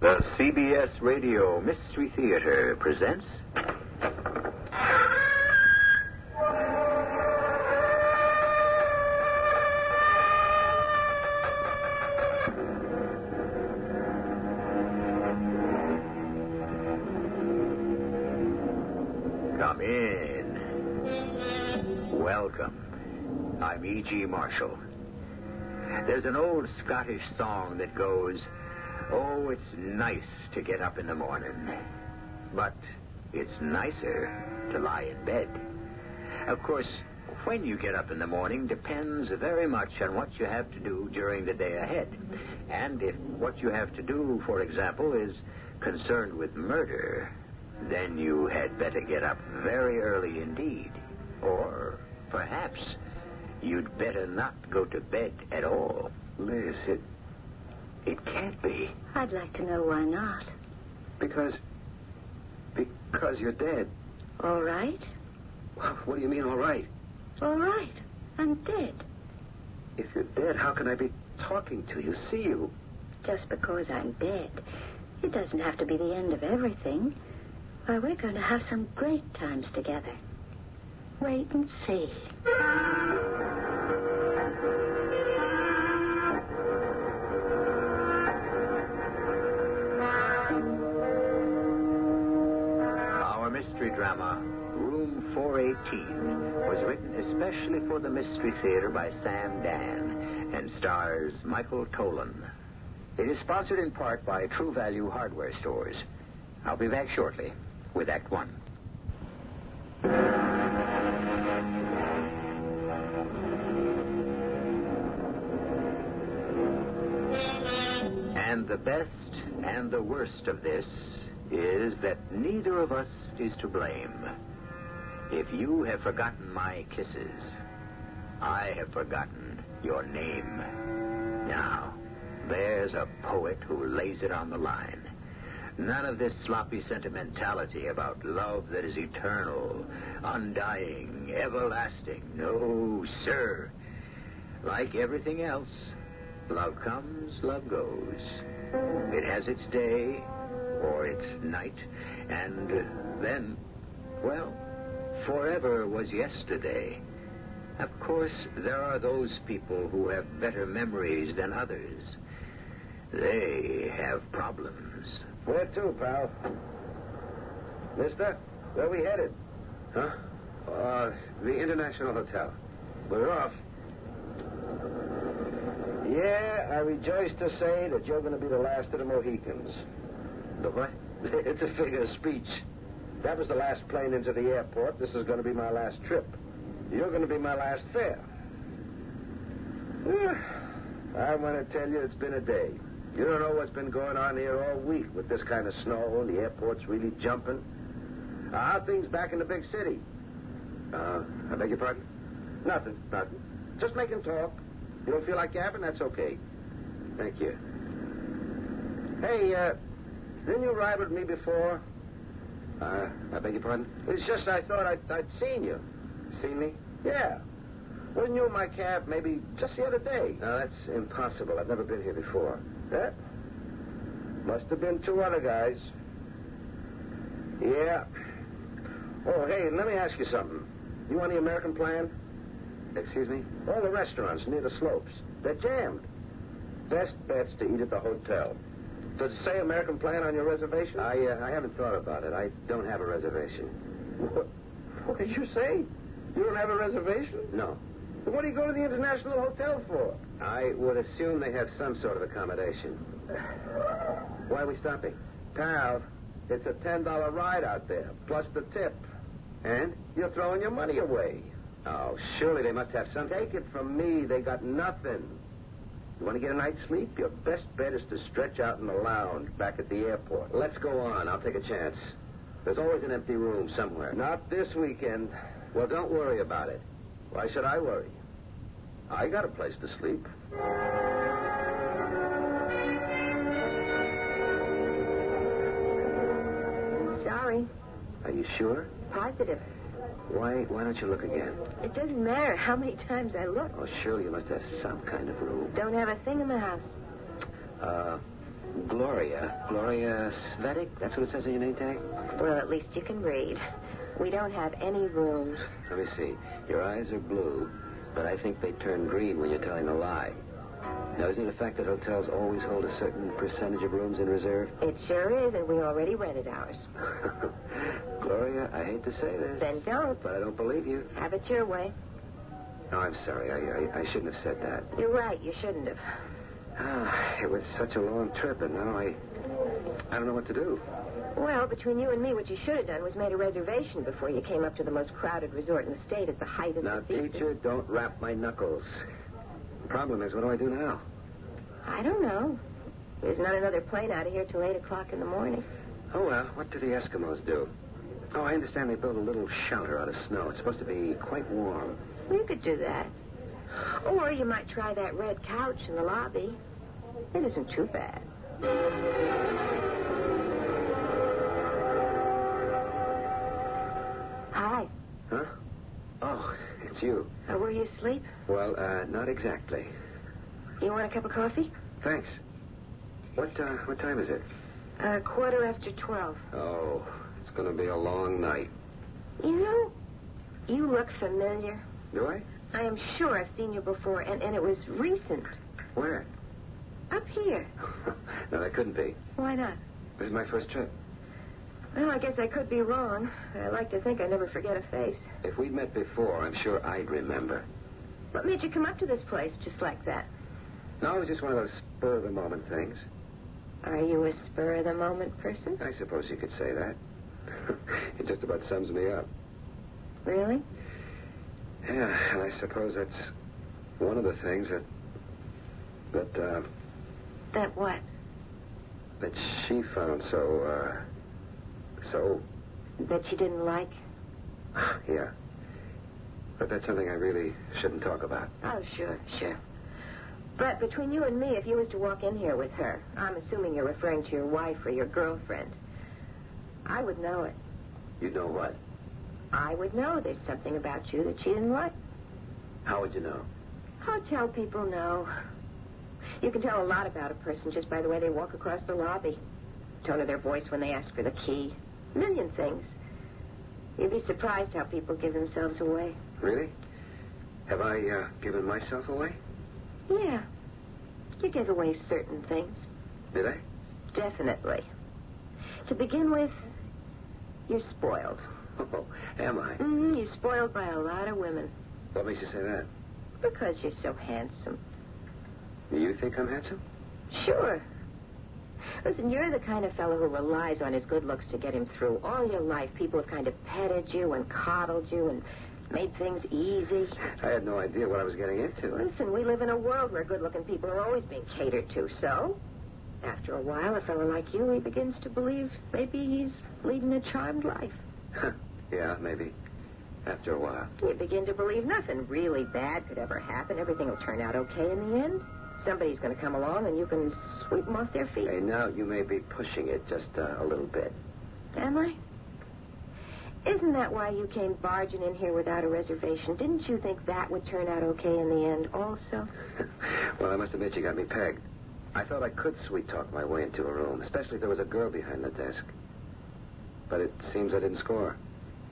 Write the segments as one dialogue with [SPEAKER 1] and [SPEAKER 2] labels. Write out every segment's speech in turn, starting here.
[SPEAKER 1] The CBS Radio Mystery Theater presents. Come in. Welcome. I'm E.G. Marshall. There's an old Scottish song that goes, Oh, it's nice to get up in the morning, but it's nicer to lie in bed. Of course, when you get up in the morning depends very much on what you have to do during the day ahead. And if what you have to do, for example, is concerned with murder, then you had better get up very early indeed. Or perhaps you'd better not go to bed at all. Liz, it, it can't be.
[SPEAKER 2] I'd like to know why not.
[SPEAKER 1] Because. Because you're dead.
[SPEAKER 2] All right.
[SPEAKER 1] What do you mean, all right?
[SPEAKER 2] All right. I'm dead.
[SPEAKER 1] If you're dead, how can I be talking to you, see you?
[SPEAKER 2] Just because I'm dead. It doesn't have to be the end of everything. Why, we're going to have some great times together. Wait and see.
[SPEAKER 1] Our mystery drama, Room 418, was written especially for the Mystery Theater by Sam Dan and stars Michael Tolan. It is sponsored in part by True Value Hardware Stores. I'll be back shortly with Act One. And the best and the worst of this is that neither of us is to blame. If you have forgotten my kisses, I have forgotten your name. Now, there's a poet who lays it on the line. None of this sloppy sentimentality about love that is eternal, undying, everlasting. No, sir. Like everything else, love comes, love goes. It has its day or its night, and then, well, forever was yesterday. Of course, there are those people who have better memories than others. They have problems.
[SPEAKER 3] Where to, pal? Mister, where we headed? Huh? Uh, the International Hotel. We're off. Yeah, I rejoice to say that you're going to be the last of the Mohicans. The what? it's a figure of speech. That was the last plane into the airport. This is going to be my last trip. You're going to be my last fare. Yeah. I want to tell you it's been a day. You don't know what's been going on here all week with this kind of snow and the airport's really jumping. Uh, how are things back in the big city? Uh, I beg your pardon? Nothing, nothing. Just making talk. You don't feel like yapping? That's okay. Thank you. Hey, uh, didn't you ride with me before? Uh, I beg your pardon? It's just I thought I'd, I'd seen you. Seen me? Yeah. Wasn't you in my cab maybe just the other day? No, that's impossible. I've never been here before. That? Must have been two other guys. Yeah. Oh, hey, let me ask you something. You on the American plan? Excuse me? All the restaurants near the slopes. They're jammed. Best bet's to eat at the hotel. Does it say American plan on your reservation? I uh, I haven't thought about it. I don't have a reservation. What, what did you say? You don't have a reservation? No. Well, what do you go to the International Hotel for? I would assume they have some sort of accommodation. Why are we stopping? Pal, it's a $10 ride out there, plus the tip. And? You're throwing your money away. Oh, surely they must have some. Take it from me, they got nothing. You want to get a night's sleep? Your best bet is to stretch out in the lounge back at the airport. Let's go on. I'll take a chance. There's always an empty room somewhere. Not this weekend. Well, don't worry about it. Why should I worry? I got a place to sleep.
[SPEAKER 2] Sorry.
[SPEAKER 3] Are you sure?
[SPEAKER 2] Positive.
[SPEAKER 3] Why why don't you look again?
[SPEAKER 2] It doesn't matter how many times I look.
[SPEAKER 3] Oh, surely you must have some kind of rule.
[SPEAKER 2] Don't have a thing in the house.
[SPEAKER 3] Uh Gloria. Gloria Svetic? That's what it says on your name tag?
[SPEAKER 2] Well, at least you can read. We don't have any rules.
[SPEAKER 3] Let me see. Your eyes are blue, but I think they turn green when you're telling a lie. Now, isn't it a fact that hotels always hold a certain percentage of rooms in reserve?
[SPEAKER 2] It sure is, and we already rented ours.
[SPEAKER 3] Gloria, I hate to say this,
[SPEAKER 2] Then don't.
[SPEAKER 3] but I don't believe you.
[SPEAKER 2] Have it your way.
[SPEAKER 3] No, I'm sorry. I, I, I shouldn't have said that.
[SPEAKER 2] You're right. You shouldn't have.
[SPEAKER 3] Ah, it was such a long trip, and now I. I don't know what to do.
[SPEAKER 2] Well, between you and me, what you should have done was made a reservation before you came up to the most crowded resort in the state at the height of
[SPEAKER 3] Now,
[SPEAKER 2] the season.
[SPEAKER 3] teacher, don't rap my knuckles. Problem is, what do I do now?
[SPEAKER 2] I don't know. There's not another plane out of here till eight o'clock in the morning.
[SPEAKER 3] Oh, well, what do the Eskimos do? Oh, I understand they built a little shelter out of snow. It's supposed to be quite warm.
[SPEAKER 2] You could do that. Or you might try that red couch in the lobby. It isn't too bad. Hi.
[SPEAKER 3] Huh? Oh, it's you.
[SPEAKER 2] Uh, were you asleep?
[SPEAKER 3] Well, uh, not exactly.
[SPEAKER 2] You want a cup of coffee?
[SPEAKER 3] Thanks. What, uh, what time is it?
[SPEAKER 2] Uh, quarter after twelve.
[SPEAKER 3] Oh, it's going to be a long night.
[SPEAKER 2] You know, you look familiar.
[SPEAKER 3] Do I?
[SPEAKER 2] I am sure I've seen you before, and, and it was recent.
[SPEAKER 3] Where?
[SPEAKER 2] Up here.
[SPEAKER 3] no, that couldn't be.
[SPEAKER 2] Why not?
[SPEAKER 3] This is my first trip.
[SPEAKER 2] Well, I guess I could be wrong. I like to think I never forget a face.
[SPEAKER 3] If we'd met before, I'm sure I'd remember.
[SPEAKER 2] What made you come up to this place just like that?
[SPEAKER 3] No, it was just one of those spur of the moment things.
[SPEAKER 2] Are you a spur of the moment person?
[SPEAKER 3] I suppose you could say that. it just about sums me up.
[SPEAKER 2] Really?
[SPEAKER 3] Yeah, and I suppose that's one of the things that that uh,
[SPEAKER 2] That what?
[SPEAKER 3] that she found so uh, so
[SPEAKER 2] That you didn't like?
[SPEAKER 3] yeah. But that's something I really shouldn't talk about.
[SPEAKER 2] Oh, sure, sure. But between you and me, if you was to walk in here with her, I'm assuming you're referring to your wife or your girlfriend, I would know it.
[SPEAKER 3] You know what?
[SPEAKER 2] I would know there's something about you that she didn't like.
[SPEAKER 3] How would you know?
[SPEAKER 2] Hotel people know. You can tell a lot about a person just by the way they walk across the lobby, tone of their voice when they ask for the key, a million things. You'd be surprised how people give themselves away.
[SPEAKER 3] Really? Have I uh, given myself away?
[SPEAKER 2] Yeah. You give away certain things.
[SPEAKER 3] Did I?
[SPEAKER 2] Definitely. To begin with, you're spoiled.
[SPEAKER 3] Oh, am I?
[SPEAKER 2] hmm You're spoiled by a lot of women
[SPEAKER 3] What makes you say that?
[SPEAKER 2] because you're so handsome.
[SPEAKER 3] Do you think I'm handsome?
[SPEAKER 2] Sure. Listen, you're the kind of fellow who relies on his good looks to get him through. All your life, people have kind of petted you and coddled you and made things easy.
[SPEAKER 3] I had no idea what I was getting into.
[SPEAKER 2] Listen, we live in a world where good looking people are always being catered to, so after a while, a fellow like you, he begins to believe maybe he's leading a charmed life.
[SPEAKER 3] yeah, maybe. After a while.
[SPEAKER 2] You begin to believe nothing really bad could ever happen. Everything will turn out okay in the end. Somebody's going to come along and you can sweep them off their feet.
[SPEAKER 3] Hey, now you may be pushing it just uh, a little bit.
[SPEAKER 2] Am I? Isn't that why you came barging in here without a reservation? Didn't you think that would turn out okay in the end, also?
[SPEAKER 3] well, I must admit you got me pegged. I thought I could sweet talk my way into a room, especially if there was a girl behind the desk. But it seems I didn't score.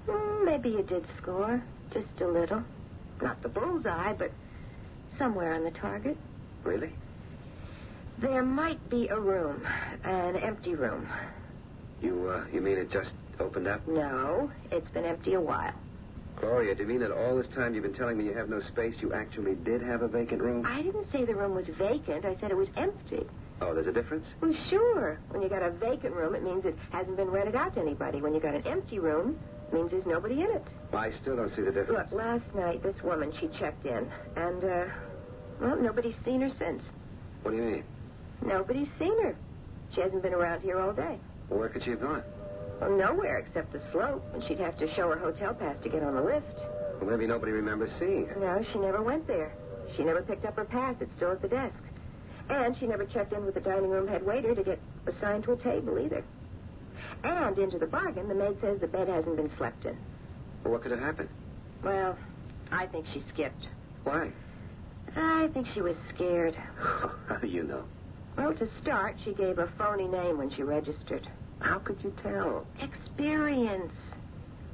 [SPEAKER 2] Mm, maybe you did score, just a little. Not the bullseye, but somewhere on the target.
[SPEAKER 3] Really?
[SPEAKER 2] There might be a room, an empty room.
[SPEAKER 3] You uh, you mean it just opened up?
[SPEAKER 2] No, it's been empty a while.
[SPEAKER 3] Gloria, do you mean that all this time you've been telling me you have no space, you actually did have a vacant room?
[SPEAKER 2] I didn't say the room was vacant. I said it was empty.
[SPEAKER 3] Oh, there's a difference?
[SPEAKER 2] Well, sure. When you got a vacant room, it means it hasn't been rented out to anybody. When you got an empty room, it means there's nobody in it.
[SPEAKER 3] I still don't see the difference.
[SPEAKER 2] Look, last night this woman she checked in, and uh, well, nobody's seen her since.
[SPEAKER 3] What do you mean?
[SPEAKER 2] Nobody's seen her. She hasn't been around here all day.
[SPEAKER 3] Where could she have gone?
[SPEAKER 2] Well, nowhere except the slope, and she'd have to show her hotel pass to get on the lift.
[SPEAKER 3] Well, maybe nobody remembers seeing her.
[SPEAKER 2] No, she never went there. She never picked up her pass. It's still at the desk. And she never checked in with the dining room head waiter to get assigned to a table either. And into the bargain, the maid says the bed hasn't been slept in.
[SPEAKER 3] Well, what could have happened?
[SPEAKER 2] Well, I think she skipped.
[SPEAKER 3] Why?
[SPEAKER 2] I think she was scared.
[SPEAKER 3] How do you know?
[SPEAKER 2] Well, to start, she gave a phony name when she registered.
[SPEAKER 1] How could you tell?
[SPEAKER 2] Experience.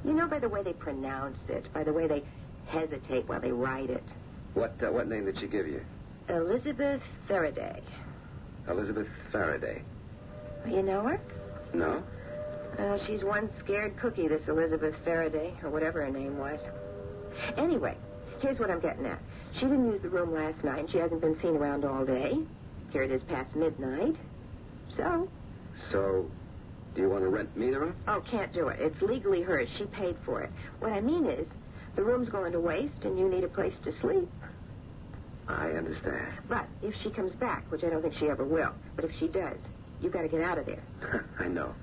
[SPEAKER 2] You know by the way they pronounce it, by the way they hesitate while they write it.
[SPEAKER 3] What uh, what name did she give you?
[SPEAKER 2] Elizabeth Faraday.
[SPEAKER 3] Elizabeth Faraday.
[SPEAKER 2] You know her?
[SPEAKER 3] No.
[SPEAKER 2] Uh, she's one scared cookie, this Elizabeth Faraday, or whatever her name was. Anyway, here's what I'm getting at. She didn't use the room last night. She hasn't been seen around all day. Here it is past midnight. So,
[SPEAKER 3] So, do you want to rent me the room?
[SPEAKER 2] oh, can't do it. It's legally hers. She paid for it. What I mean is, the room's going to waste and you need a place to sleep.
[SPEAKER 3] I understand.
[SPEAKER 2] But if she comes back, which I don't think she ever will, but if she does, you've got to get out of there.
[SPEAKER 3] I know.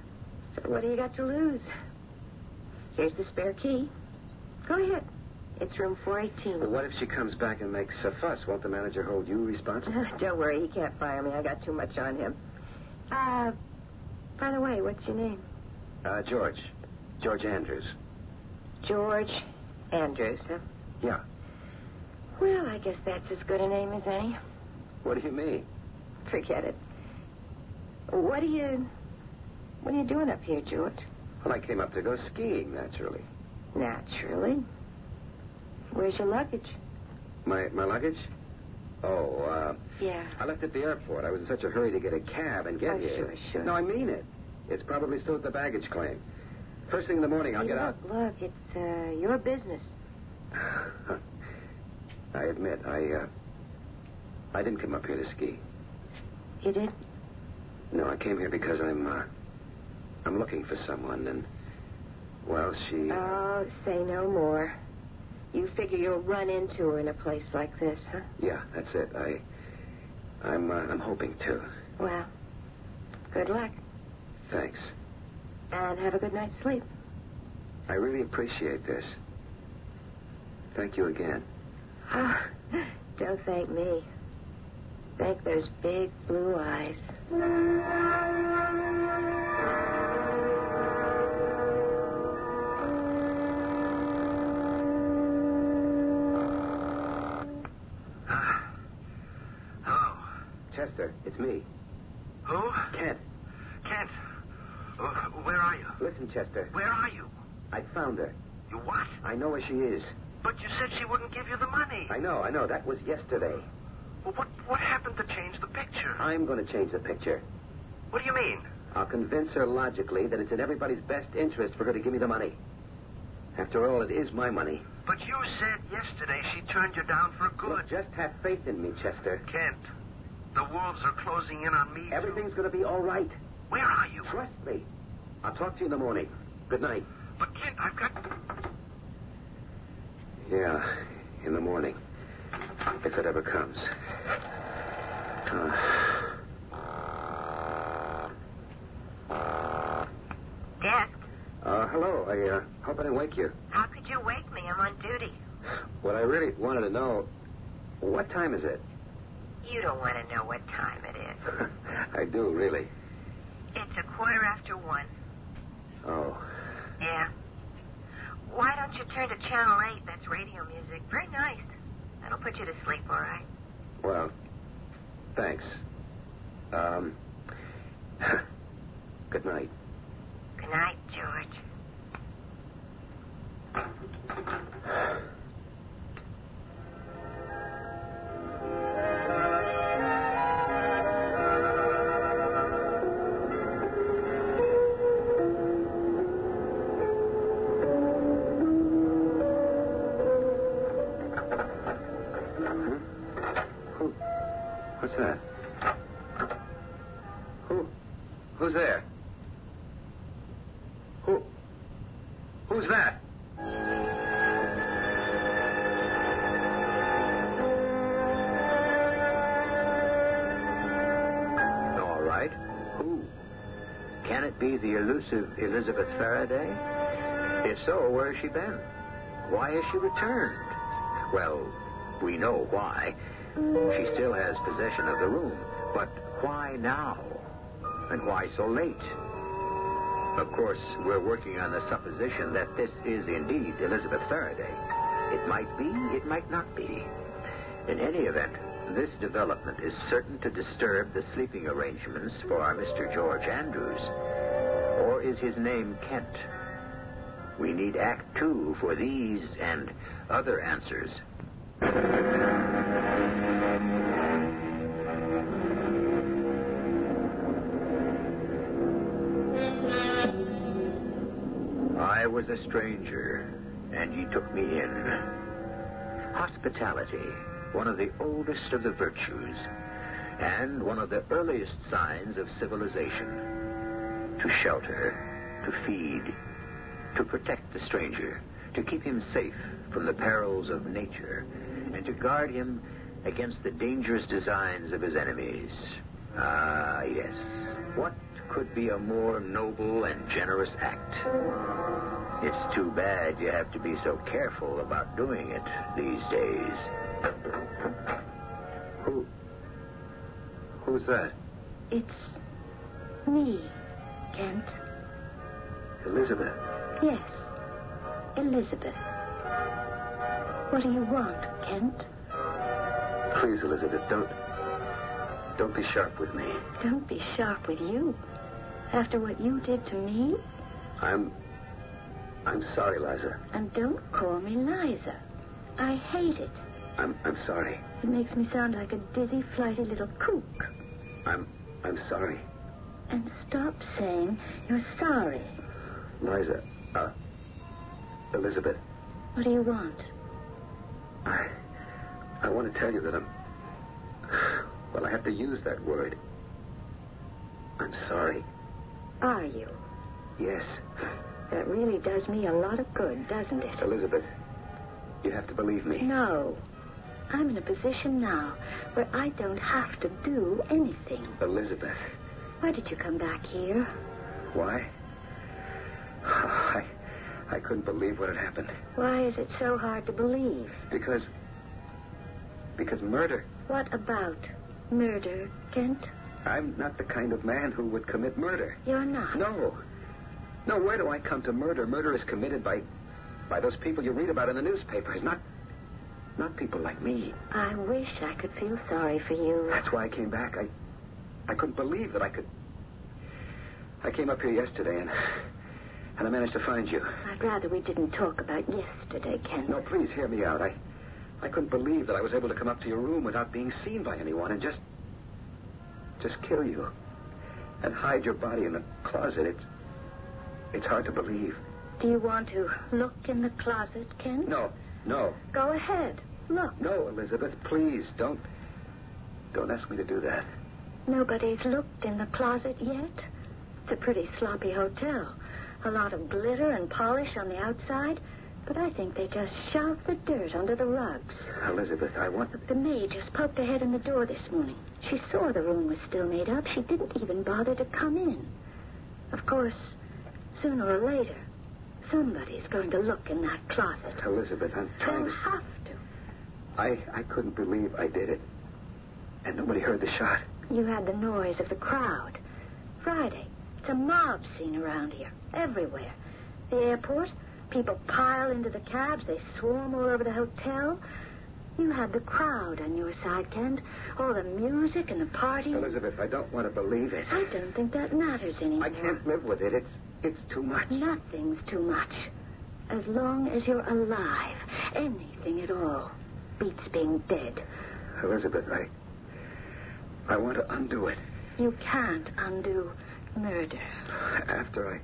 [SPEAKER 2] So what do you got to lose? Here's the spare key. Go ahead. It's room 418.
[SPEAKER 3] But what if she comes back and makes a fuss? Won't the manager hold you responsible?
[SPEAKER 2] Don't worry, he can't fire me. I got too much on him. Uh, by the way, what's your name?
[SPEAKER 3] Uh, George. George Andrews.
[SPEAKER 2] George Andrews, huh?
[SPEAKER 3] Yeah.
[SPEAKER 2] Well, I guess that's as good a name as any.
[SPEAKER 3] What do you mean?
[SPEAKER 2] Forget it. What are you. What are you doing up here, George?
[SPEAKER 3] Well, I came up to go skiing, naturally.
[SPEAKER 2] Naturally. Where's your luggage?
[SPEAKER 3] My my luggage? Oh, uh,
[SPEAKER 2] Yeah.
[SPEAKER 3] I left at the airport. I was in such a hurry to get a cab and get
[SPEAKER 2] Oh,
[SPEAKER 3] here.
[SPEAKER 2] sure, sure.
[SPEAKER 3] No, I mean it. It's probably still at the baggage claim. First thing in the morning, I'll
[SPEAKER 2] You
[SPEAKER 3] get out.
[SPEAKER 2] look, Look, it's uh, your business.
[SPEAKER 3] I admit, I uh, I didn't come up here to ski.
[SPEAKER 2] You did?
[SPEAKER 3] No, I came here because I'm uh, I'm looking for someone, and well, she. uh,
[SPEAKER 2] Oh, say no more. You figure you'll run into her in a place like this, huh?
[SPEAKER 3] Yeah, that's it. I I'm uh, I'm hoping to.
[SPEAKER 2] Well, good luck.
[SPEAKER 3] Thanks.
[SPEAKER 2] And have a good night's sleep.
[SPEAKER 3] I really appreciate this. Thank you again.
[SPEAKER 2] Oh, don't thank me. Thank those big blue eyes.
[SPEAKER 1] Uh, Hello.
[SPEAKER 3] Chester, it's me,
[SPEAKER 1] Who?
[SPEAKER 3] Kent.
[SPEAKER 1] Kent. Uh, Where are you?
[SPEAKER 3] Listen, Chester,
[SPEAKER 1] Where are you?
[SPEAKER 3] I found her.
[SPEAKER 1] You what?
[SPEAKER 3] I know where she is.
[SPEAKER 1] But you said she wouldn't give you the money.
[SPEAKER 3] I know, I know. That was yesterday.
[SPEAKER 1] Well, what, what happened to change the picture?
[SPEAKER 3] I'm going to change the picture.
[SPEAKER 1] What do you mean?
[SPEAKER 3] I'll convince her logically that it's in everybody's best interest for her to give me the money. After all, it is my money.
[SPEAKER 1] But you said yesterday she turned you down for good.
[SPEAKER 3] Look, just have faith in me, Chester.
[SPEAKER 1] Kent, the wolves are closing in on me. too.
[SPEAKER 3] Everything's going to be all right.
[SPEAKER 1] Where are you?
[SPEAKER 3] Trust me. I'll talk to you in the morning. Good night.
[SPEAKER 1] But Kent, I've got.
[SPEAKER 3] Yeah, in the morning. If it ever comes. Uh,
[SPEAKER 4] Desk,
[SPEAKER 3] Uh, hello. I uh, hope I didn't wake you.
[SPEAKER 4] how could you wake me? I'm on duty.
[SPEAKER 3] What I really wanted to know, what time is it?
[SPEAKER 4] You don't want to know what time it is.
[SPEAKER 3] I do, really.
[SPEAKER 4] It's a quarter after one.
[SPEAKER 3] Oh.
[SPEAKER 4] Yeah. Why don't you turn to Channel 8? That's radio music. Very nice. That'll put you to sleep, all right?
[SPEAKER 3] Well, thanks. Um, good night.
[SPEAKER 4] Good night, George.
[SPEAKER 3] Who? What's that? Who? Who's there? Who? Who's that?
[SPEAKER 1] All right. Who? Can it be the elusive Elizabeth Faraday? If so, where has she been? Why has she returned? Well, we know why. She still has possession of the room, but why now? And why so late? Of course, we're working on the supposition that this is indeed Elizabeth Faraday. It might be, it might not be. In any event,
[SPEAKER 3] This development is certain to disturb the sleeping arrangements for our Mr. George Andrews. Or is his name Kent? We need Act Two for these and other answers. I was a stranger, and ye took me in. Hospitality, one of the oldest of the virtues, and one of the earliest signs of civilization. To shelter, to feed, to protect the stranger, to keep him safe from the perils of nature, and to guard him against the dangerous designs of his enemies. Ah, yes. What could be a more noble and generous act? It's too bad you have to be so careful about doing it these days. Who? Who's that?
[SPEAKER 2] It's me, Kent.
[SPEAKER 3] Elizabeth.
[SPEAKER 2] Yes, Elizabeth. What do you want, Kent?
[SPEAKER 3] Please, Elizabeth, don't. Don't be sharp with me.
[SPEAKER 2] Don't be sharp with you. After what you did to me,
[SPEAKER 3] I'm. I'm sorry, Liza.
[SPEAKER 2] and don't call me Liza. I hate it.
[SPEAKER 3] I'm. I'm sorry.
[SPEAKER 2] It makes me sound like a dizzy, flighty little kook.
[SPEAKER 3] I'm. I'm sorry.
[SPEAKER 2] And stop saying you're sorry.
[SPEAKER 3] Liza. Uh. Elizabeth.
[SPEAKER 2] What do you want?
[SPEAKER 3] I. I want to tell you that I'm. Well, I have to use that word. I'm sorry.
[SPEAKER 2] Are you?
[SPEAKER 3] Yes.
[SPEAKER 2] That really does me a lot of good, doesn't it?
[SPEAKER 3] Elizabeth, you have to believe me.
[SPEAKER 2] No. I'm in a position now where I don't have to do anything.
[SPEAKER 3] Elizabeth.
[SPEAKER 2] Why did you come back here?
[SPEAKER 3] Why? I. I couldn't believe what had happened.
[SPEAKER 2] Why is it so hard to believe?
[SPEAKER 3] Because. Because murder.
[SPEAKER 2] What about murder, Kent?
[SPEAKER 3] I'm not the kind of man who would commit murder.
[SPEAKER 2] You're not.
[SPEAKER 3] No. No, where do I come to murder? Murder is committed by by those people you read about in the newspapers, not not people like me.
[SPEAKER 2] I wish I could feel sorry for you.
[SPEAKER 3] That's why I came back. I I couldn't believe that I could I came up here yesterday and and I managed to find you.
[SPEAKER 2] I'd rather we didn't talk about yesterday, Kent.
[SPEAKER 3] No, please hear me out. I I couldn't believe that I was able to come up to your room without being seen by anyone and just just kill you and hide your body in the closet. It's it's hard to believe.
[SPEAKER 2] Do you want to look in the closet, Kent?
[SPEAKER 3] No, no.
[SPEAKER 2] Go ahead. Look.
[SPEAKER 3] No, Elizabeth, please don't. Don't ask me to do that.
[SPEAKER 2] Nobody's looked in the closet yet. It's a pretty sloppy hotel. A lot of glitter and polish on the outside, but I think they just shove the dirt under the rugs.
[SPEAKER 3] Elizabeth, I want.
[SPEAKER 2] Look, the maid just poked her head in the door this morning. She saw the room was still made up. She didn't even bother to come in. Of course, sooner or later, somebody's going to look in that closet.
[SPEAKER 3] Elizabeth, I'm trying
[SPEAKER 2] They'll
[SPEAKER 3] to.
[SPEAKER 2] have to.
[SPEAKER 3] I, I couldn't believe I did it. And nobody heard the shot.
[SPEAKER 2] You had the noise of the crowd. Friday, it's a mob scene around here, everywhere. The airport, people pile into the cabs, they swarm all over the hotel. You had the crowd on your side, Kent. All the music and the party.
[SPEAKER 3] Elizabeth, I don't want to believe it.
[SPEAKER 2] I don't think that matters anymore.
[SPEAKER 3] I can't live with it. It's it's too much.
[SPEAKER 2] Nothing's too much. As long as you're alive, anything at all beats being dead.
[SPEAKER 3] Elizabeth, I. I want to undo it.
[SPEAKER 2] You can't undo murder.
[SPEAKER 3] After I.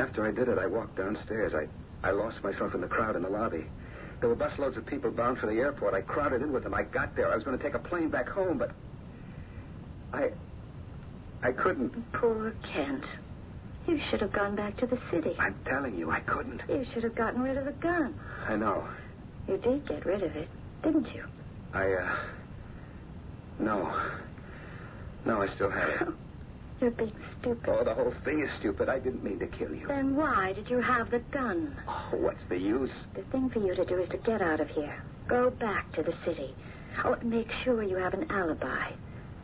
[SPEAKER 3] After I did it, I walked downstairs. I, I lost myself in the crowd in the lobby. There were busloads of people bound for the airport. I crowded in with them. I got there. I was going to take a plane back home, but. I. I couldn't.
[SPEAKER 2] Poor Kent. You should have gone back to the city.
[SPEAKER 3] I'm telling you, I couldn't.
[SPEAKER 2] You should have gotten rid of the gun.
[SPEAKER 3] I know.
[SPEAKER 2] You did get rid of it, didn't you?
[SPEAKER 3] I, uh. No. No, I still have it.
[SPEAKER 2] You're being stupid.
[SPEAKER 3] Oh, the whole thing is stupid. I didn't mean to kill you.
[SPEAKER 2] Then why did you have the gun?
[SPEAKER 3] Oh, what's the use?
[SPEAKER 2] The thing for you to do is to get out of here. Go back to the city. Oh, and make sure you have an alibi.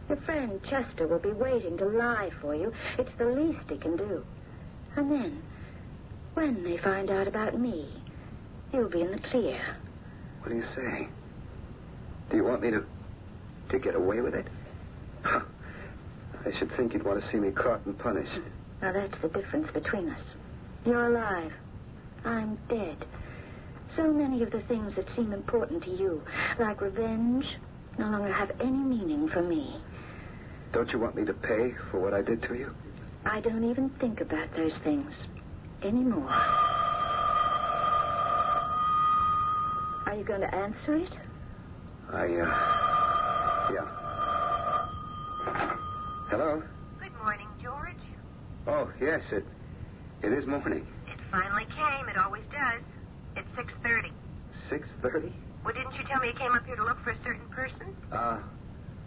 [SPEAKER 2] Your friend Chester will be waiting to lie for you. It's the least he can do. And then, when they find out about me, you'll be in the clear.
[SPEAKER 3] What are you saying? Do you want me to.
[SPEAKER 5] to get away with it?
[SPEAKER 3] I should think you'd want to see me caught and punished.
[SPEAKER 2] Now that's the difference between us. You're alive. I'm dead. So many of the things that seem important to you, like revenge, no longer have any meaning for me.
[SPEAKER 3] Don't you want me to pay for what I did to you?
[SPEAKER 2] I don't even think about those things anymore. Are you going to answer it?
[SPEAKER 3] I, uh. Yeah. Hello?
[SPEAKER 4] Good morning, George.
[SPEAKER 3] Oh, yes, it. It is morning.
[SPEAKER 4] It finally came. It always does. It's 6.30.
[SPEAKER 3] 6.30?
[SPEAKER 4] Well, didn't you tell me you came up here to look for a certain person?
[SPEAKER 3] Uh.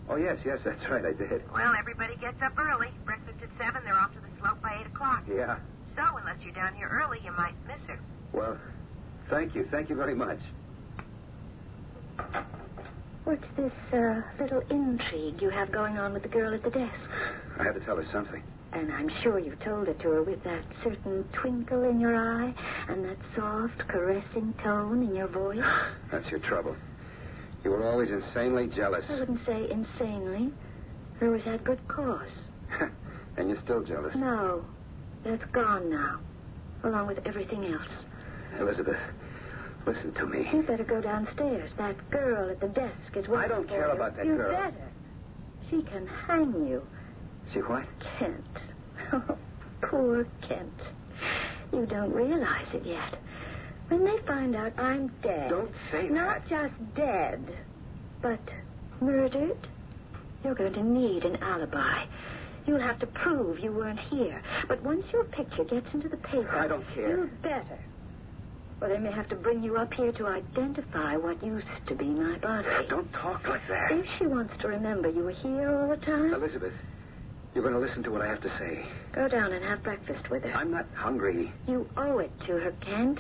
[SPEAKER 3] Oh, yes, yes, that's right, I did.
[SPEAKER 4] Well, everybody gets up early. Breakfast at 7, they're off to the slope by 8 o'clock.
[SPEAKER 3] Yeah.
[SPEAKER 4] So, unless you're down here early, you might miss her.
[SPEAKER 3] Well, thank you. Thank you very much.
[SPEAKER 2] What's this uh, little intrigue you have going on with the girl at the desk?
[SPEAKER 3] I had to tell her something.
[SPEAKER 2] And I'm sure you told it to her with that certain twinkle in your eye and that soft, caressing tone in your voice.
[SPEAKER 3] That's your trouble. You were always insanely jealous.
[SPEAKER 2] I wouldn't say insanely. I always had good cause.
[SPEAKER 3] and you're still jealous.
[SPEAKER 2] No, that's gone now, along with everything else.
[SPEAKER 3] Elizabeth, listen to me.
[SPEAKER 2] You better go downstairs. That girl at the desk is waiting
[SPEAKER 3] I don't
[SPEAKER 2] for
[SPEAKER 3] care
[SPEAKER 2] you.
[SPEAKER 3] about that
[SPEAKER 2] you
[SPEAKER 3] girl.
[SPEAKER 2] better. She can hang you.
[SPEAKER 3] See what?
[SPEAKER 2] Kent. Oh, poor Kent. You don't realize it yet. When they find out I'm dead.
[SPEAKER 3] Don't say
[SPEAKER 2] Not just dead, but murdered, you're going to need an alibi. You'll have to prove you weren't here. But once your picture gets into the paper.
[SPEAKER 3] I don't care.
[SPEAKER 2] You better. Or they may have to bring you up here to identify what used to be my body.
[SPEAKER 3] Don't talk like that.
[SPEAKER 2] If she wants to remember you were here all the time,
[SPEAKER 3] Elizabeth, you're going to listen to what I have to say.
[SPEAKER 2] go down and have breakfast with her.
[SPEAKER 3] I'm not hungry.
[SPEAKER 2] You owe it to her, Kent.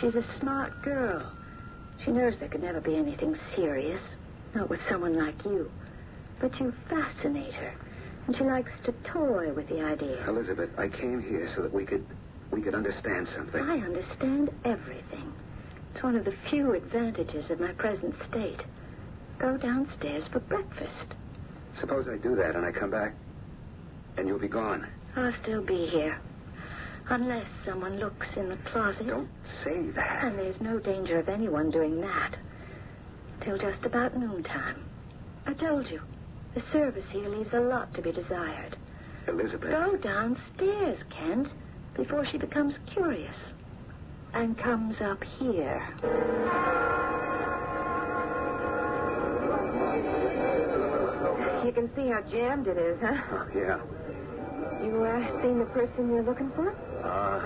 [SPEAKER 2] She's a smart girl. She knows there could never be anything serious, not with someone like you. But you fascinate her, and she likes to toy with the idea.
[SPEAKER 3] Elizabeth, I came here so that we could we could understand something.
[SPEAKER 2] I understand everything. It's one of the few advantages of my present state. Go downstairs for breakfast.
[SPEAKER 3] Suppose I do that and I come back and you'll be gone.
[SPEAKER 2] I'll still be here. Unless someone looks in the closet.
[SPEAKER 3] Don't say that.
[SPEAKER 2] And there's no danger of anyone doing that. Till just about noontime. I told you, the service here leaves a lot to be desired.
[SPEAKER 3] Elizabeth.
[SPEAKER 2] Go downstairs, Kent, before she becomes curious and comes up here.
[SPEAKER 6] You can see how jammed it is, huh?
[SPEAKER 3] Oh, yeah.
[SPEAKER 6] You uh, seen the person you're looking for?
[SPEAKER 3] Uh,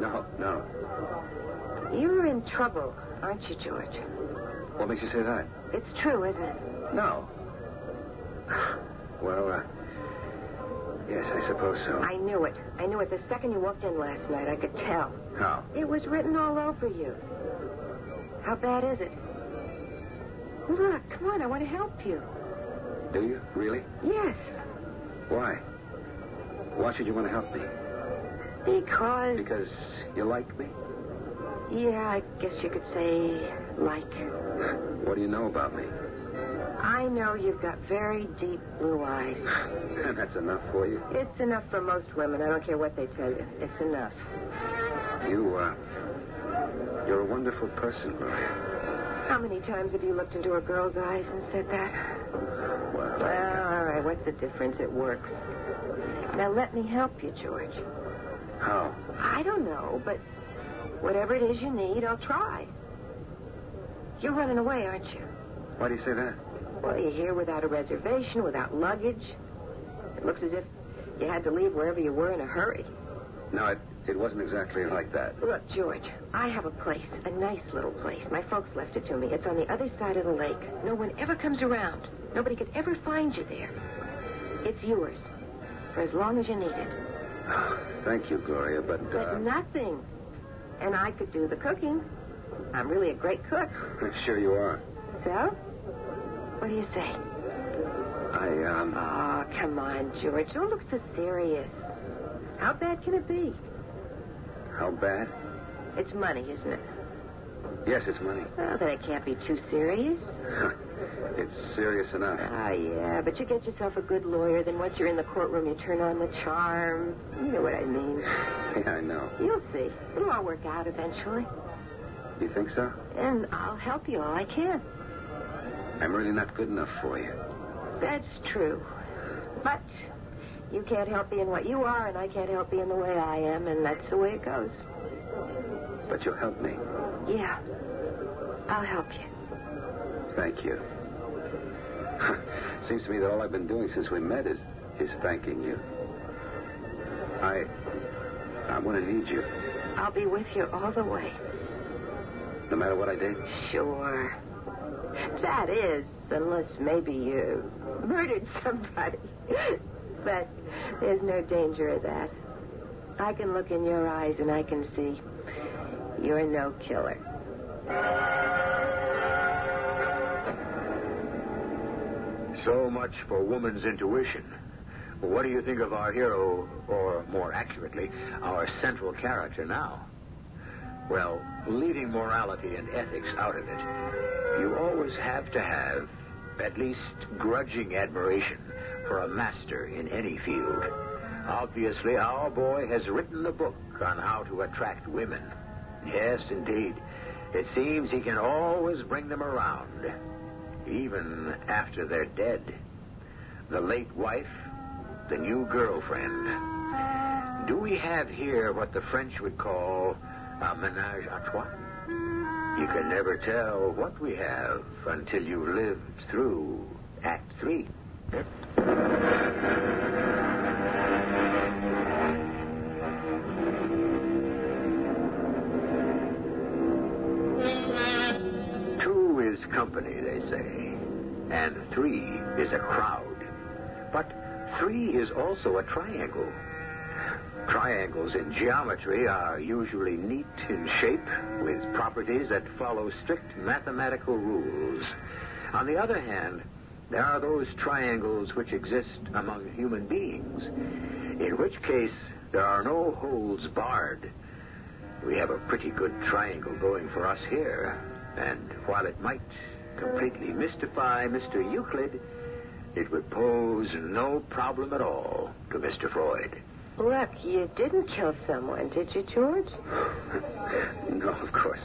[SPEAKER 3] no, no.
[SPEAKER 6] You're in trouble, aren't you, George?
[SPEAKER 3] What makes you say that?
[SPEAKER 6] It's true, isn't it?
[SPEAKER 3] No. Well, uh, yes, I suppose so.
[SPEAKER 6] I knew it. I knew it the second you walked in last night. I could tell.
[SPEAKER 3] How?
[SPEAKER 6] It was written all over you. How bad is it? Look, come on. I want to help you.
[SPEAKER 3] Do you? Really?
[SPEAKER 6] Yes,
[SPEAKER 3] Why? Why should you want to help me?
[SPEAKER 6] because
[SPEAKER 3] Because you like me?
[SPEAKER 6] yeah, I guess you could say like.
[SPEAKER 3] What do you know about me?
[SPEAKER 6] I know you've got very deep blue eyes.
[SPEAKER 3] That's enough for you.
[SPEAKER 6] It's enough for most women. I don't care what they tell you. It's enough.
[SPEAKER 3] You, uh, you're a wonderful person, Maria.
[SPEAKER 6] How many times have you looked into a girl's eyes and said that? Well,
[SPEAKER 3] Well,
[SPEAKER 6] all right. What's the difference? It works. Now let me help you, George.
[SPEAKER 3] how?
[SPEAKER 6] I don't know, but whatever it is you need, I'll try. You're running away, aren't you?
[SPEAKER 3] Why do you say that?
[SPEAKER 6] Well, you're here without a reservation, without luggage. It looks as if you had to leave wherever you were in a hurry.
[SPEAKER 3] No, it, it wasn't exactly like that.
[SPEAKER 6] Look, George, I have a place, a nice little place. My folks left it to me. It's on the other side of the lake. No one ever comes around. Nobody could ever find you there. It's yours for as long as you need it.
[SPEAKER 3] Thank you, Gloria, but,
[SPEAKER 6] But
[SPEAKER 3] uh,
[SPEAKER 6] nothing. And I could do the cooking. I'm really a great cook.
[SPEAKER 3] sure you are.
[SPEAKER 6] So? What do you say?
[SPEAKER 3] I, um,
[SPEAKER 6] Oh, come on, George. Don't look so serious. How bad can it be?
[SPEAKER 3] how bad?
[SPEAKER 6] It's money, isn't it?
[SPEAKER 3] Yes, it's money.
[SPEAKER 2] Oh, then it can't be too serious.
[SPEAKER 3] it's serious enough.
[SPEAKER 2] Ah, yeah, but you get yourself a good lawyer, then once you're in the courtroom, you turn on the charm. You know what I mean.
[SPEAKER 3] Yeah, I know.
[SPEAKER 2] You'll see. It'll all work out eventually.
[SPEAKER 3] You think so?
[SPEAKER 2] And I'll help you all I can.
[SPEAKER 3] I'm really not good enough for you.
[SPEAKER 2] That's true. But you can't help me in what you are, and I can't help you in the way I am, and that's the way it goes.
[SPEAKER 3] But you'll help me.
[SPEAKER 2] Yeah. I'll help you.
[SPEAKER 3] Thank you. Seems to me that all I've been doing since we met is is thanking you. I I want to need you,
[SPEAKER 2] I'll be with you all the way.
[SPEAKER 3] no matter what I did.
[SPEAKER 2] Sure. That is, unless maybe you murdered somebody. but there's no danger of that. I can look in your eyes and I can see you're no killer.
[SPEAKER 1] So much for woman's intuition. What do you think of our hero, or more accurately, our central character now? Well, leaving morality and ethics out of it, you always have to have at least grudging admiration for a master in any field. Obviously, our boy has written the book on how to attract women. Yes, indeed. It seems he can always bring them around, even after they're dead. The late wife, the new girlfriend. Do we have here what the French would call a menage a trois? You can never tell what we have until you've lived through Act Three. Two is company, they say, and three is a crowd. But three is also a triangle. Triangles in geometry are usually neat in shape with properties that follow strict mathematical rules. On the other hand, there are those triangles which exist among human beings, in which case there are no holds barred. We have a pretty good triangle going for us here, and while it might completely mystify Mr. Euclid, it would pose no problem at all to Mr. Freud.
[SPEAKER 2] Look, you didn't kill someone, did you, George?
[SPEAKER 3] no, of course.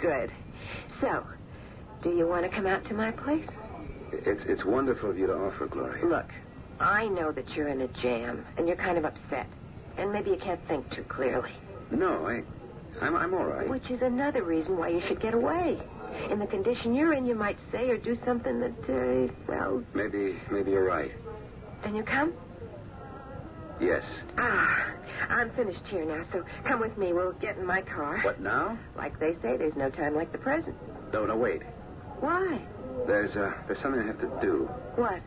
[SPEAKER 2] Good. So, do you want to come out to my place?
[SPEAKER 3] It's it's wonderful of you to offer, Gloria.
[SPEAKER 2] Look, I know that you're in a jam and you're kind of upset. And maybe you can't think too clearly.
[SPEAKER 3] No, I I'm I'm all right.
[SPEAKER 2] Which is another reason why you should get away. In the condition you're in, you might say or do something that, uh, well,
[SPEAKER 3] Maybe maybe you're right.
[SPEAKER 2] then you come?
[SPEAKER 3] Yes.
[SPEAKER 2] Ah, I'm finished here now, so come with me. We'll get in my car.
[SPEAKER 3] What now?
[SPEAKER 2] Like they say, there's no time like the present.
[SPEAKER 3] No, no, wait.
[SPEAKER 2] Why?
[SPEAKER 3] There's uh there's something I have to do.
[SPEAKER 2] What?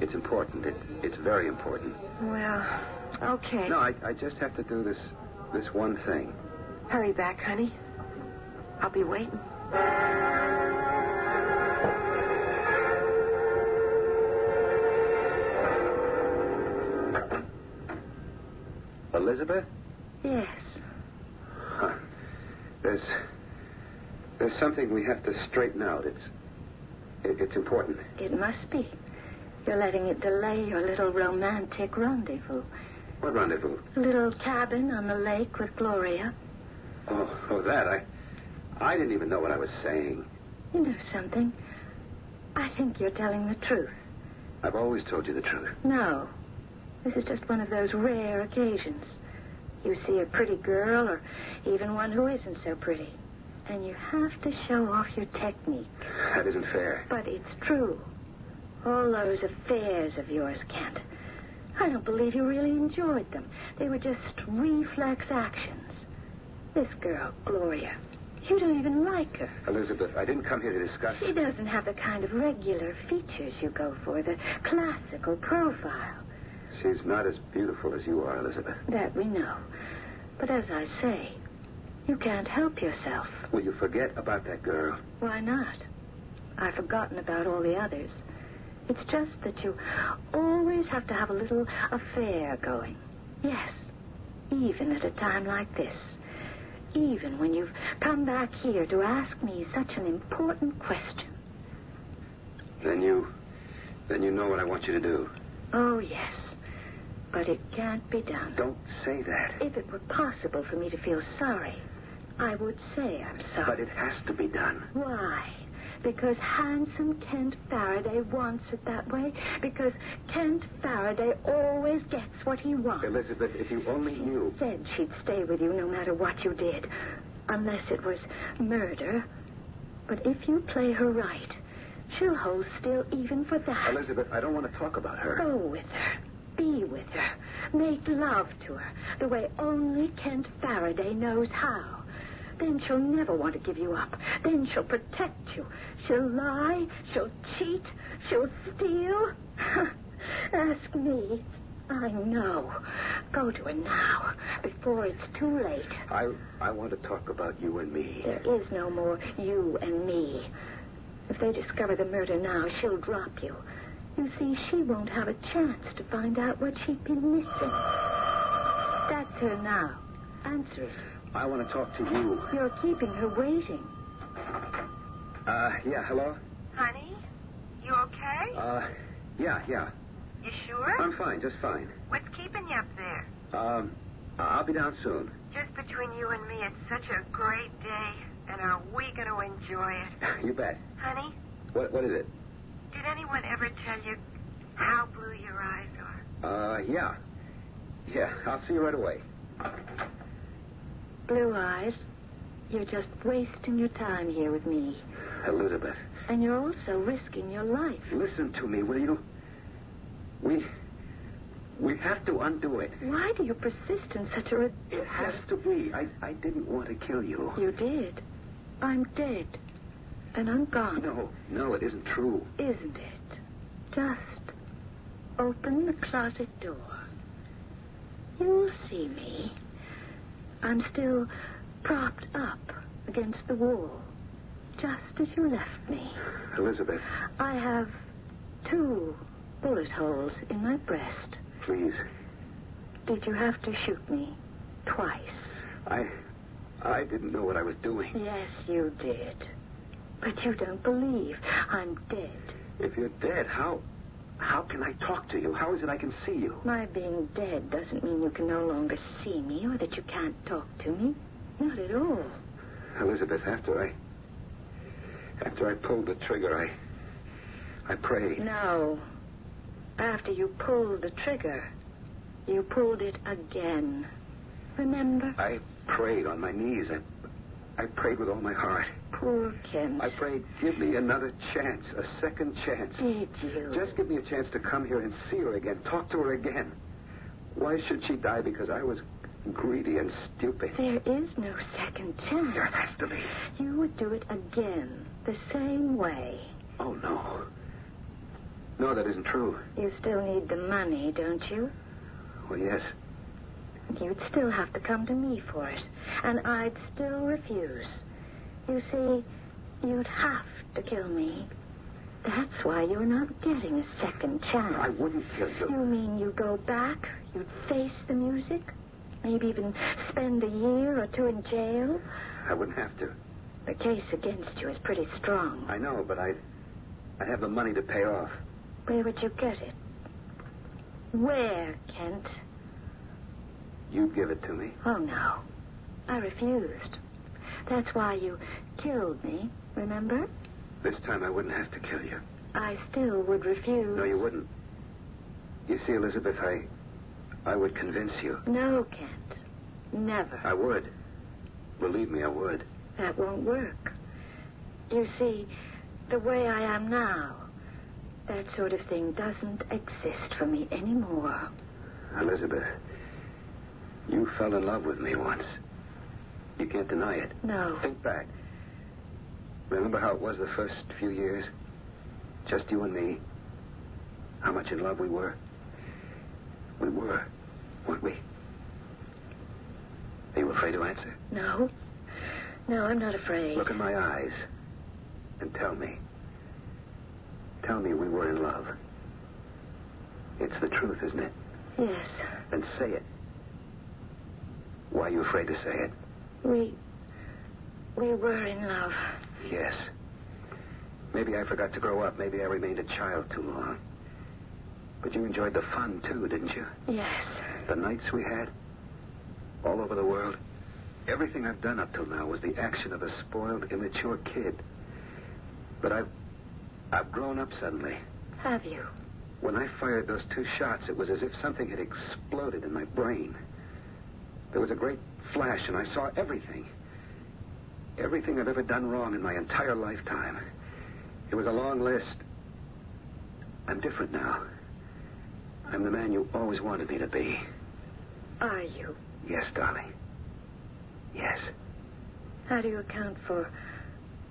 [SPEAKER 3] It's important. It, it's very important.
[SPEAKER 2] Well, okay.
[SPEAKER 3] No, I, I just have to do this this one thing.
[SPEAKER 2] Hurry back, honey. I'll be waiting.
[SPEAKER 3] Elizabeth?
[SPEAKER 7] Yes.
[SPEAKER 3] Huh. There's there's something we have to straighten out. It's it, it's important.
[SPEAKER 7] It must be. You're letting it delay your little romantic rendezvous.
[SPEAKER 3] What rendezvous?
[SPEAKER 7] A little cabin on the lake with Gloria.
[SPEAKER 3] Oh, oh, that I I didn't even know what I was saying.
[SPEAKER 7] You know something? I think you're telling the truth.
[SPEAKER 3] I've always told you the truth.
[SPEAKER 7] No. This is just one of those rare occasions. You see a pretty girl, or even one who isn't so pretty, and you have to show off your technique.
[SPEAKER 3] That isn't fair.
[SPEAKER 7] But it's true. All those affairs of yours, Kent. I don't believe you really enjoyed them. They were just reflex actions. This girl, Gloria, you don't even like her.
[SPEAKER 3] Elizabeth, I didn't come here to discuss.
[SPEAKER 7] She doesn't have the kind of regular features you go for, the classical profile.
[SPEAKER 3] She's not as beautiful as you are, Elizabeth.
[SPEAKER 7] That we know. But as I say, you can't help yourself.
[SPEAKER 3] Will you forget about that girl?
[SPEAKER 7] Why not? I've forgotten about all the others. It's just that you always have to have a little affair going. Yes, even at a time like this.
[SPEAKER 2] even when you've come back here to ask me such an important question.
[SPEAKER 3] Then you. Then you know what I want you to do.
[SPEAKER 2] Oh, yes. But it can't be done.
[SPEAKER 3] Don't say that.
[SPEAKER 2] If it were possible for me to feel sorry, I would say I'm sorry.
[SPEAKER 3] But it has to be done.
[SPEAKER 2] Why? Because handsome Kent Faraday wants it that way. Because Kent Faraday always gets what he wants.
[SPEAKER 3] Elizabeth, if you only knew.
[SPEAKER 2] Said she'd stay with you no matter what you did, unless it was murder. But if you play her right, she'll hold still even for that.
[SPEAKER 3] Elizabeth, I don't want to talk about her.
[SPEAKER 2] Go with her. Be with her. Make love to her the way only Kent Faraday knows how. Then she'll never want to give you up. Then she'll protect you. She'll lie. She'll cheat. She'll steal. Ask me. I know. Go to her now before it's too late.
[SPEAKER 3] I, I want to talk about you and me.
[SPEAKER 2] There is no more you and me. If they discover the murder now, she'll drop you. You see, she won't have a chance to find out what she'd been missing. That's her now. Answer it.
[SPEAKER 3] I want to talk to you.
[SPEAKER 2] You're keeping her waiting.
[SPEAKER 3] Uh, yeah, hello?
[SPEAKER 4] Honey, you okay?
[SPEAKER 3] Uh, yeah, yeah.
[SPEAKER 4] You sure?
[SPEAKER 3] I'm fine, just fine.
[SPEAKER 4] What's keeping you up there?
[SPEAKER 3] Um, I'll be down soon.
[SPEAKER 4] Just between you and me, it's such a great day, and are we going to enjoy it?
[SPEAKER 3] You bet.
[SPEAKER 4] Honey,
[SPEAKER 3] What, what is it?
[SPEAKER 4] did anyone ever tell you how blue your eyes are?
[SPEAKER 3] Uh, yeah. Yeah, I'll see you right away.
[SPEAKER 2] Blue eyes, you're just wasting your time here with me.
[SPEAKER 3] Elizabeth.
[SPEAKER 2] And you're also risking your life.
[SPEAKER 3] Listen to me, will you? We. We have to undo it.
[SPEAKER 2] Why do you persist in such a
[SPEAKER 3] It has
[SPEAKER 2] ridiculous...
[SPEAKER 3] to be. I, I didn't want to kill you.
[SPEAKER 2] You did. I'm dead. And I'm gone.
[SPEAKER 3] No, no, it isn't true.
[SPEAKER 2] Isn't it? Just open the closet door. You'll see me. I'm still propped up against the wall, just as you left me.
[SPEAKER 3] Elizabeth,
[SPEAKER 2] I have two bullet holes in my breast.
[SPEAKER 3] please.
[SPEAKER 2] Did you have to shoot me twice?
[SPEAKER 3] I. I didn't know what I was doing.
[SPEAKER 2] Yes, you did. But you don't believe I'm dead.
[SPEAKER 3] If you're dead, how. How can I talk to you? How is it I can see you?
[SPEAKER 2] My being dead doesn't mean you can no longer see me or that you can't talk to me. Not at all.
[SPEAKER 3] Elizabeth, after I. After I pulled the trigger, I. I prayed.
[SPEAKER 2] No. After you pulled the trigger, you pulled it again. Remember?
[SPEAKER 3] I prayed on my knees. I, I prayed with all my heart.
[SPEAKER 2] Poor Kent.
[SPEAKER 3] I prayed, give me another chance, a second chance.
[SPEAKER 2] Did you?
[SPEAKER 3] Just give me a chance to come here and see her again, talk to her again. Why should she die? Because I was greedy and stupid.
[SPEAKER 2] There is no second chance.
[SPEAKER 3] There has to be.
[SPEAKER 2] You would do it again, the same way.
[SPEAKER 3] Oh, no. No, that isn't true.
[SPEAKER 2] You still need the money, don't you?
[SPEAKER 3] Well, yes.
[SPEAKER 2] You'd still have to come to me for it, and I'd still refuse. You see, you'd have to kill me. That's why you're not getting a second chance.
[SPEAKER 3] I wouldn't kill you.
[SPEAKER 2] You mean you go back, you'd face the music, maybe even spend a year or two in jail?
[SPEAKER 3] I wouldn't have to.
[SPEAKER 2] The case against you is pretty strong.
[SPEAKER 3] I know, but I. I have the money to pay off.
[SPEAKER 2] Where would you get it? Where, Kent?
[SPEAKER 3] You give it to me.
[SPEAKER 2] Oh, no. I refused. That's why you killed me, remember?
[SPEAKER 3] This time I wouldn't have to kill you.
[SPEAKER 2] I still would refuse.
[SPEAKER 3] No, you wouldn't. You see, Elizabeth, I. I would convince you.
[SPEAKER 2] No, Kent. Never.
[SPEAKER 3] I would. Believe me, I would.
[SPEAKER 2] That won't work. You see, the way I am now, that sort of thing doesn't exist for me anymore.
[SPEAKER 3] Elizabeth, you fell in love with me once. You can't deny it.
[SPEAKER 2] No.
[SPEAKER 3] Think back. Remember how it was the first few years? Just you and me. How much in love we were. We were, weren't we? Are you afraid to answer?
[SPEAKER 2] No. No, I'm not afraid.
[SPEAKER 3] Look in my eyes and tell me. Tell me we were in love. It's the truth, isn't it?
[SPEAKER 2] Yes.
[SPEAKER 3] Then say it. Why are you afraid to say it?
[SPEAKER 2] We. We were in love.
[SPEAKER 3] Yes. Maybe I forgot to grow up. Maybe I remained a child too long. But you enjoyed the fun, too, didn't you?
[SPEAKER 2] Yes.
[SPEAKER 3] The nights we had, all over the world. Everything I've done up till now was the action of a spoiled, immature kid. But I've. I've grown up suddenly.
[SPEAKER 2] Have you?
[SPEAKER 3] When I fired those two shots, it was as if something had exploded in my brain. There was a great flash, and I saw everything. Everything I've ever done wrong in my entire lifetime. It was a long list. I'm different now. I'm the man you always wanted me to be.
[SPEAKER 2] Are you?
[SPEAKER 3] Yes, darling. Yes.
[SPEAKER 2] How do you account for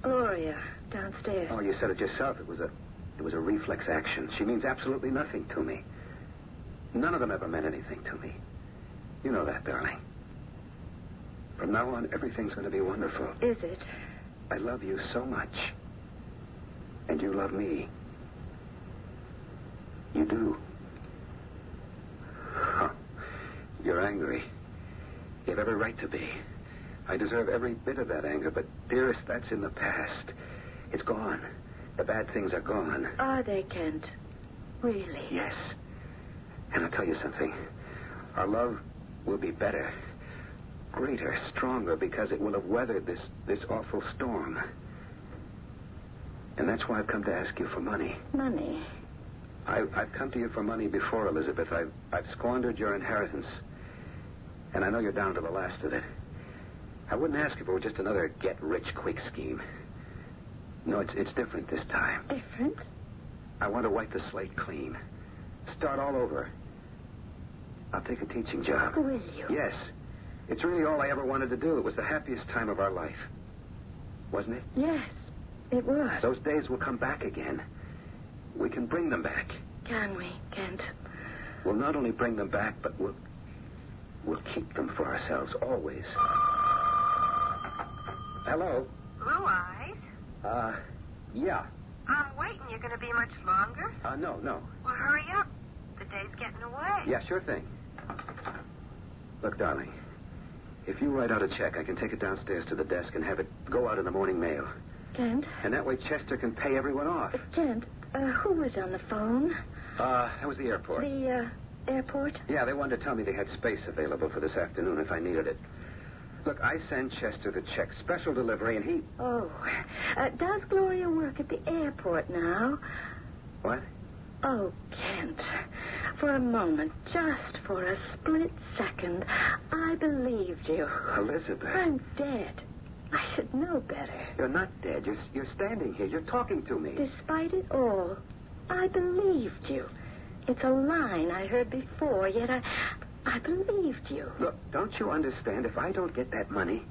[SPEAKER 2] Gloria downstairs?
[SPEAKER 3] Oh, you said it yourself. It was a it was a reflex action. She means absolutely nothing to me. None of them ever meant anything to me. You know that, darling. From now on, everything's going to be wonderful.
[SPEAKER 2] Is it?
[SPEAKER 3] I love you so much. And you love me. You do. Huh. You're angry. You have every right to be. I deserve every bit of that anger, but, dearest, that's in the past. It's gone. The bad things are gone.
[SPEAKER 2] Are they, Kent? Really?
[SPEAKER 3] Yes. And I'll tell you something. Our love will be better, greater, stronger, because it will have weathered this, this awful storm. And that's why I've come to ask you for money.
[SPEAKER 2] Money.
[SPEAKER 3] I, I've come to you for money before, Elizabeth. I've, I've squandered your inheritance. And I know you're down to the last of it. I wouldn't ask if it were just another get rich quick scheme. No, it's, it's different this time.
[SPEAKER 2] Different?
[SPEAKER 3] I want to wipe the slate clean. Start all over. I'll take a teaching job.
[SPEAKER 2] Will you?
[SPEAKER 3] Yes. It's really all I ever wanted to do. It was the happiest time of our life. Wasn't it?
[SPEAKER 2] Yes, it was.
[SPEAKER 3] Those days will come back again. We can bring them back.
[SPEAKER 2] Can we, Kent?
[SPEAKER 3] We'll not only bring them back, but we'll we'll keep them for ourselves always. Hello.
[SPEAKER 4] Blue eyes?
[SPEAKER 3] Uh yeah.
[SPEAKER 4] I'm waiting. You're going to be much longer?
[SPEAKER 3] Uh no, no.
[SPEAKER 4] Well, hurry up. The day's getting away.
[SPEAKER 3] Yeah, sure thing. Look, darling. If you write out a check, I can take it downstairs to the desk and have it go out in the morning mail.
[SPEAKER 2] Kent?
[SPEAKER 3] And that way Chester can pay everyone off.
[SPEAKER 2] Uh, Kent, uh, who was on the phone?
[SPEAKER 3] Uh, that was the airport.
[SPEAKER 2] The uh, airport?
[SPEAKER 3] Yeah, they wanted to tell me they had space available for this afternoon if I needed it. Look, I send Chester the check, special delivery, and he.
[SPEAKER 2] Oh. Uh, does Gloria work at the airport now?
[SPEAKER 3] What?
[SPEAKER 2] Oh, Kent. For a moment, just for a split second, I believed you.
[SPEAKER 3] Elizabeth,
[SPEAKER 2] I'm dead. I should know better.
[SPEAKER 3] you're not dead. You're, you're standing here. You're talking to me.
[SPEAKER 2] Despite it all, I believed you. It's a line I heard before, yet I, I believed you.
[SPEAKER 3] Look, don't you understand? If I don't get that money,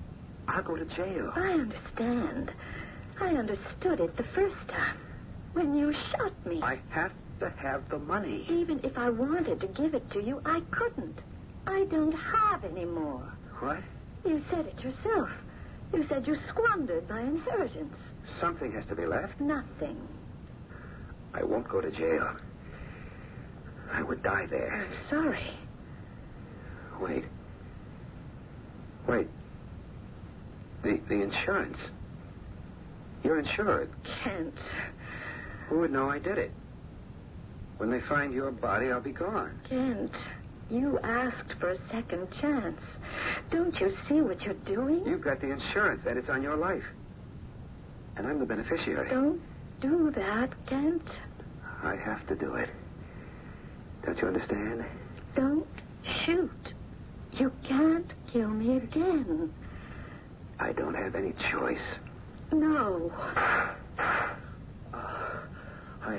[SPEAKER 3] I'll go to jail.
[SPEAKER 2] I understand. I understood it the first time when you shot me.
[SPEAKER 3] I have to have the money.
[SPEAKER 2] Even if I wanted to give it to you, I couldn't. I don't have any more.
[SPEAKER 3] What?
[SPEAKER 2] You said it yourself. You said you squandered my inheritance.
[SPEAKER 3] Something has to be left.
[SPEAKER 2] Nothing.
[SPEAKER 3] I won't go to jail. I would die there.
[SPEAKER 2] I'm sorry.
[SPEAKER 3] Wait. Wait. The the insurance. You're insured.
[SPEAKER 2] Kent.
[SPEAKER 3] Who would know I did it? When they find your body, I'll be gone.
[SPEAKER 2] Kent, you asked for a second chance. Don't you see what you're doing?
[SPEAKER 3] You've got the insurance, and it's on your life. And I'm the beneficiary.
[SPEAKER 2] Don't do that, Kent.
[SPEAKER 3] I have to do it. Don't you understand?
[SPEAKER 2] Don't shoot. You can't kill me again.
[SPEAKER 3] I don't have any choice.
[SPEAKER 2] No.
[SPEAKER 3] Uh, I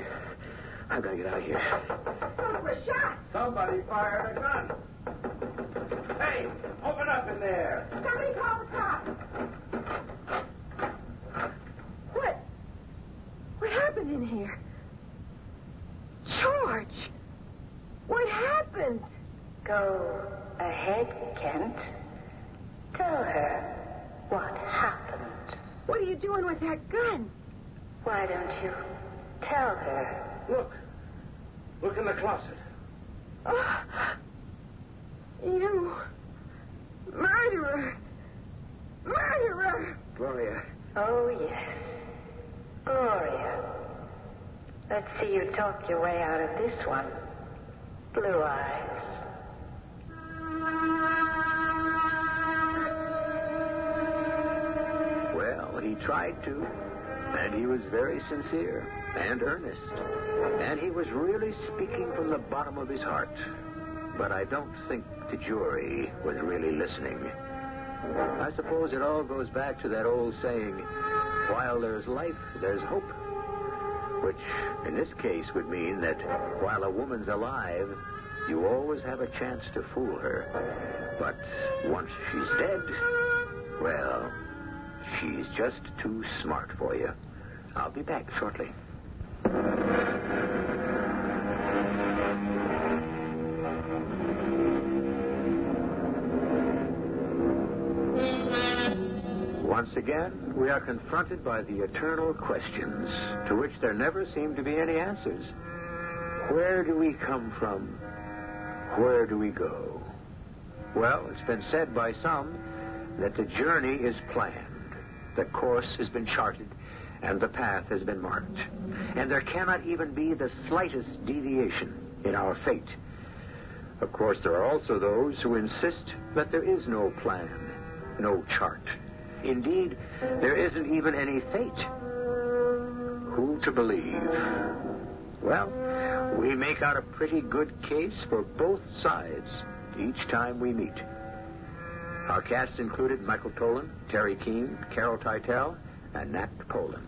[SPEAKER 3] I've got to get out of here.
[SPEAKER 1] Somebody fired a gun. Hey, open up in there.
[SPEAKER 8] Somebody call the cops. What? What happened in here? George! What happened? Go ahead, Kent. Tell her what happened. What are you doing with that gun? Why don't you tell her?
[SPEAKER 1] Look. Look in the closet.
[SPEAKER 8] You murderer!
[SPEAKER 2] Oh, see you talk your way out of this one. Blue eyes.
[SPEAKER 3] Well, he tried to, and he was very sincere and earnest, and he was really speaking from the bottom of his heart. But I don't think the jury was really listening. I suppose it all goes back to that old saying, while there's life, there's hope. Which, in this case, would mean that while a woman's alive, you always have a chance to fool her. But once she's dead, well, She's just too smart for you. I'll be back shortly. Once again, we are confronted by the eternal questions to which there never seem to be any answers. Where do we come from? Where do we go? Well, it's been said by some that the journey is planned. The course has been charted and the path has been marked. And there cannot even be the slightest deviation in our fate. Of course, there are also those who insist that there is no plan, no chart. Indeed, there isn't even any fate. Who to believe? Well, we make out a pretty good case for both sides each time we meet. Our cast included Michael Tolan, Terry Keane, Carol Titel, and Nat Poland.